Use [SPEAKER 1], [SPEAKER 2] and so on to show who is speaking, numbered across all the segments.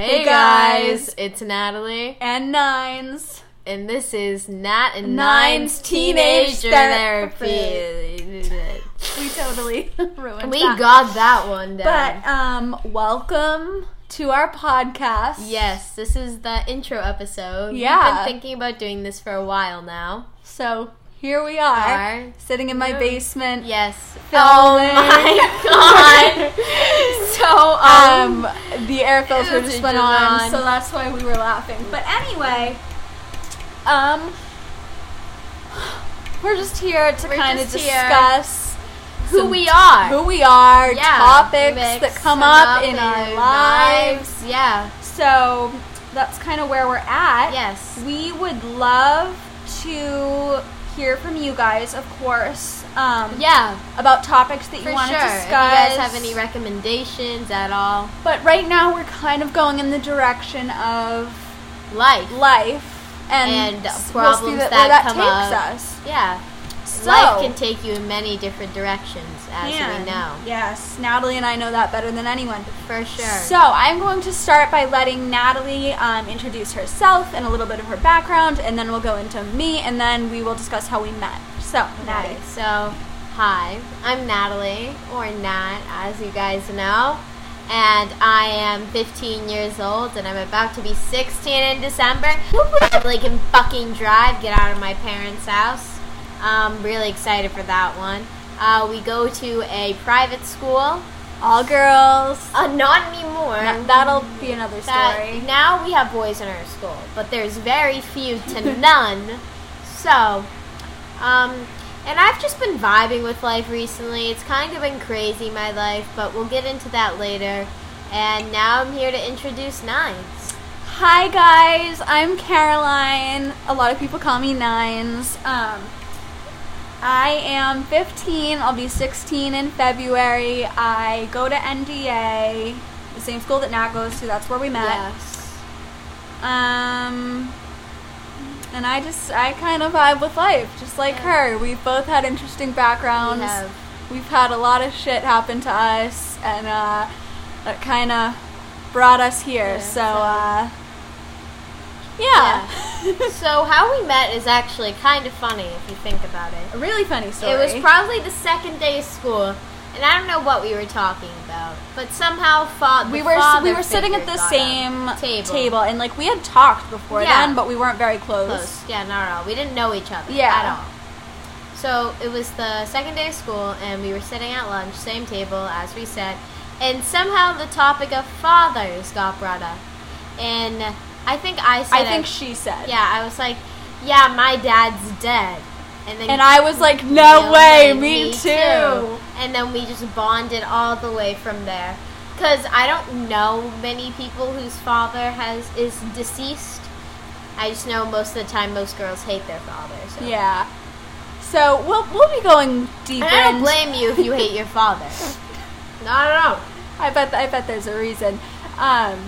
[SPEAKER 1] Hey,
[SPEAKER 2] Hey,
[SPEAKER 1] guys.
[SPEAKER 2] guys.
[SPEAKER 1] it's Natalie,
[SPEAKER 2] and nines.
[SPEAKER 1] and this is Nat and
[SPEAKER 2] Nine's
[SPEAKER 1] Nine's Teenage
[SPEAKER 2] Teenage
[SPEAKER 1] Therapy.
[SPEAKER 2] We totally ruined
[SPEAKER 1] we
[SPEAKER 2] that.
[SPEAKER 1] got that one down.
[SPEAKER 2] But um, welcome to our podcast.
[SPEAKER 1] yes, this is the intro episode.
[SPEAKER 2] Yeah.
[SPEAKER 1] We've been thinking about doing this for a while now.
[SPEAKER 2] So here we are,
[SPEAKER 1] Are-
[SPEAKER 2] sitting in my
[SPEAKER 1] Yeah.
[SPEAKER 2] basement.
[SPEAKER 1] Yes.
[SPEAKER 2] Oh
[SPEAKER 1] my
[SPEAKER 2] Um, the air filter
[SPEAKER 1] Filter
[SPEAKER 2] just went
[SPEAKER 1] just
[SPEAKER 2] on,
[SPEAKER 1] on.
[SPEAKER 2] so that's why we were laughing. But anyway, um, we're just here to
[SPEAKER 1] We're
[SPEAKER 2] kind of
[SPEAKER 1] just here.
[SPEAKER 2] discuss
[SPEAKER 1] who
[SPEAKER 2] some-
[SPEAKER 1] we are.
[SPEAKER 2] who we are,
[SPEAKER 1] Yeah,
[SPEAKER 2] topics
[SPEAKER 1] mix
[SPEAKER 2] that come
[SPEAKER 1] them
[SPEAKER 2] up, in our lives.
[SPEAKER 1] Yeah.
[SPEAKER 2] So that's kind of where we're at.
[SPEAKER 1] Yes.
[SPEAKER 2] We would love to hear from you guys, of course, um,
[SPEAKER 1] Yeah.
[SPEAKER 2] about topics that you
[SPEAKER 1] For
[SPEAKER 2] want
[SPEAKER 1] sure.
[SPEAKER 2] to discuss.
[SPEAKER 1] If you guys have any recommendations at all,
[SPEAKER 2] but right now we're kind of going in the direction of
[SPEAKER 1] life.
[SPEAKER 2] life and,
[SPEAKER 1] And
[SPEAKER 2] s-
[SPEAKER 1] problems
[SPEAKER 2] we'll see
[SPEAKER 1] that
[SPEAKER 2] that, where that
[SPEAKER 1] come
[SPEAKER 2] takes
[SPEAKER 1] up.
[SPEAKER 2] us.
[SPEAKER 1] Yeah.
[SPEAKER 2] So-
[SPEAKER 1] life can take you in many different directions, as
[SPEAKER 2] Man,
[SPEAKER 1] we know.
[SPEAKER 2] Yes, Natalie and I know that better than anyone.
[SPEAKER 1] For sure.
[SPEAKER 2] So I'm going to start by letting Natalie um, introduce herself and a little bit of her background, and then we'll go into me, and then we will discuss how we met. So, Natty.
[SPEAKER 1] Okay, so, hi, I'm Natalie, or Nat, as you guys know, and I am 15 years old, and I'm about to be 16 in December. Probably can fucking drive, get out of my parents' house. I'm really excited for that one. Uh, we go to a private school,
[SPEAKER 2] all girls.
[SPEAKER 1] uh, not anymore.
[SPEAKER 2] That, that'll be another
[SPEAKER 1] Um, that-
[SPEAKER 2] story.
[SPEAKER 1] now we have boys in our school, but there's very few to none. So, um, and I've just been vibing with life recently. It's kind of been crazy, my life, but we'll get into that later. And now I'm here to introduce Nines.
[SPEAKER 2] Hi guys, I'm Caroline. A lot of people call me Nines. Um, I am 15. I'll be 16 in February. I go to NDA, the same school that Nat goes to. That's where we met.
[SPEAKER 1] Yes.
[SPEAKER 2] Um, and I just I kind of vibe with life, just like her. We've both had interesting backgrounds.
[SPEAKER 1] We have.
[SPEAKER 2] We've had a lot of shit happen to us, and uh, that kind of brought us here.
[SPEAKER 1] Yeah,
[SPEAKER 2] so,
[SPEAKER 1] so-
[SPEAKER 2] uh, yeah,
[SPEAKER 1] so how we met is actually kind of funny if you think about it.
[SPEAKER 2] a really funny story.
[SPEAKER 1] It was probably the second day of school, and I don't know what we were talking about, but somehow fa- the
[SPEAKER 2] we were
[SPEAKER 1] father
[SPEAKER 2] we were sitting at
[SPEAKER 1] figure
[SPEAKER 2] the
[SPEAKER 1] got up.
[SPEAKER 2] same
[SPEAKER 1] Table.
[SPEAKER 2] and like we had talked before
[SPEAKER 1] Yeah.
[SPEAKER 2] then, but we weren't very close.
[SPEAKER 1] close. Yeah, not at all. We didn't know each other
[SPEAKER 2] Yeah.
[SPEAKER 1] at all. So it was the second day of school, and we were sitting at lunch, same table as we said, and somehow the topic of fathers got brought up, and I think I said,
[SPEAKER 2] I think
[SPEAKER 1] I-
[SPEAKER 2] she said.
[SPEAKER 1] yeah, I was like, yeah, my dad's dead, and then
[SPEAKER 2] And I was like,
[SPEAKER 1] you know,
[SPEAKER 2] no, way,
[SPEAKER 1] like,
[SPEAKER 2] me, too.
[SPEAKER 1] And then we just bonded all the way from there. Cause I don't know many people whose father has is deceased. I just know most of the time most girls hate their father. So.
[SPEAKER 2] Yeah. So we'll we'll be going deeper.
[SPEAKER 1] And I don't
[SPEAKER 2] in-
[SPEAKER 1] blame you if you hate your father. Not at all.
[SPEAKER 2] I bet I bet there's a reason. Um,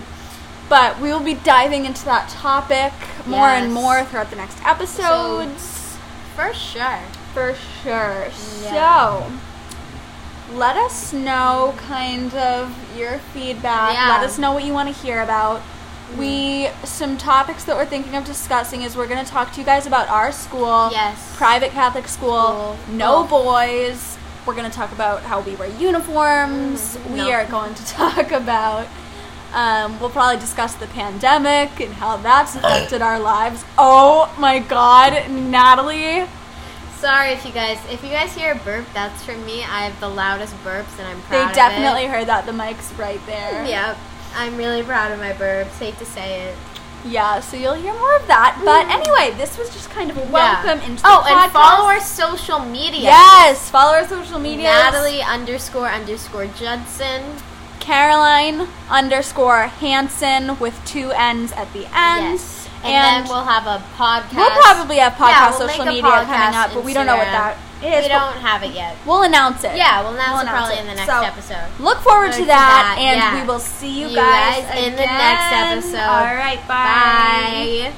[SPEAKER 2] but we will be diving into that topic more and
[SPEAKER 1] Yes.
[SPEAKER 2] more throughout the next episodes
[SPEAKER 1] For sure.
[SPEAKER 2] for sure.
[SPEAKER 1] Yeah.
[SPEAKER 2] So let us know kind of your feedback.
[SPEAKER 1] Yeah.
[SPEAKER 2] Let us know what you want to hear about. We some topics that we're thinking of discussing is we're going to talk to you guys about our school.
[SPEAKER 1] Yes.
[SPEAKER 2] private Catholic school,
[SPEAKER 1] School.
[SPEAKER 2] no boys. We're going to talk about how we wear uniforms.
[SPEAKER 1] Mhm.
[SPEAKER 2] We
[SPEAKER 1] No.
[SPEAKER 2] are going to talk about. Um, we'll probably discuss the pandemic and how that's affected our lives. Oh my God, Natalie!
[SPEAKER 1] Sorry if you guys if you guys hear a burp, that's from me. I have the loudest burps and I'm
[SPEAKER 2] They
[SPEAKER 1] proud of it.
[SPEAKER 2] definitely heard that. The mic's right there.
[SPEAKER 1] Yep. I'm really proud of my burps. Hate to say it.
[SPEAKER 2] Yeah. So you'll hear more of that. But anyway, this was just kind of a welcome
[SPEAKER 1] Mm. Yeah.
[SPEAKER 2] into the
[SPEAKER 1] oh, and
[SPEAKER 2] podcast.
[SPEAKER 1] follow our social media.
[SPEAKER 2] Yes, follow our social media.
[SPEAKER 1] Natalie underscore underscore Judson.
[SPEAKER 2] Caroline underscore Hanson with two N's at the end.
[SPEAKER 1] Yes, and,
[SPEAKER 2] And,
[SPEAKER 1] then we'll have a podcast.
[SPEAKER 2] we'll, probably have podcast
[SPEAKER 1] Yeah, we'll
[SPEAKER 2] social
[SPEAKER 1] make a
[SPEAKER 2] media
[SPEAKER 1] podcast,
[SPEAKER 2] coming up, but we don't know what
[SPEAKER 1] Instagram.
[SPEAKER 2] that is.
[SPEAKER 1] we
[SPEAKER 2] but
[SPEAKER 1] don't have it yet.
[SPEAKER 2] We'll announce it.
[SPEAKER 1] Yeah, well, that's
[SPEAKER 2] announce
[SPEAKER 1] probably
[SPEAKER 2] it.
[SPEAKER 1] in the next
[SPEAKER 2] So,
[SPEAKER 1] episode.
[SPEAKER 2] Look forward
[SPEAKER 1] Look
[SPEAKER 2] to
[SPEAKER 1] to
[SPEAKER 2] that,
[SPEAKER 1] that,
[SPEAKER 2] and
[SPEAKER 1] yeah.
[SPEAKER 2] we will see you,
[SPEAKER 1] You
[SPEAKER 2] guys,
[SPEAKER 1] guys in the next
[SPEAKER 2] again.
[SPEAKER 1] episode.
[SPEAKER 2] All right, bye.
[SPEAKER 1] Bye.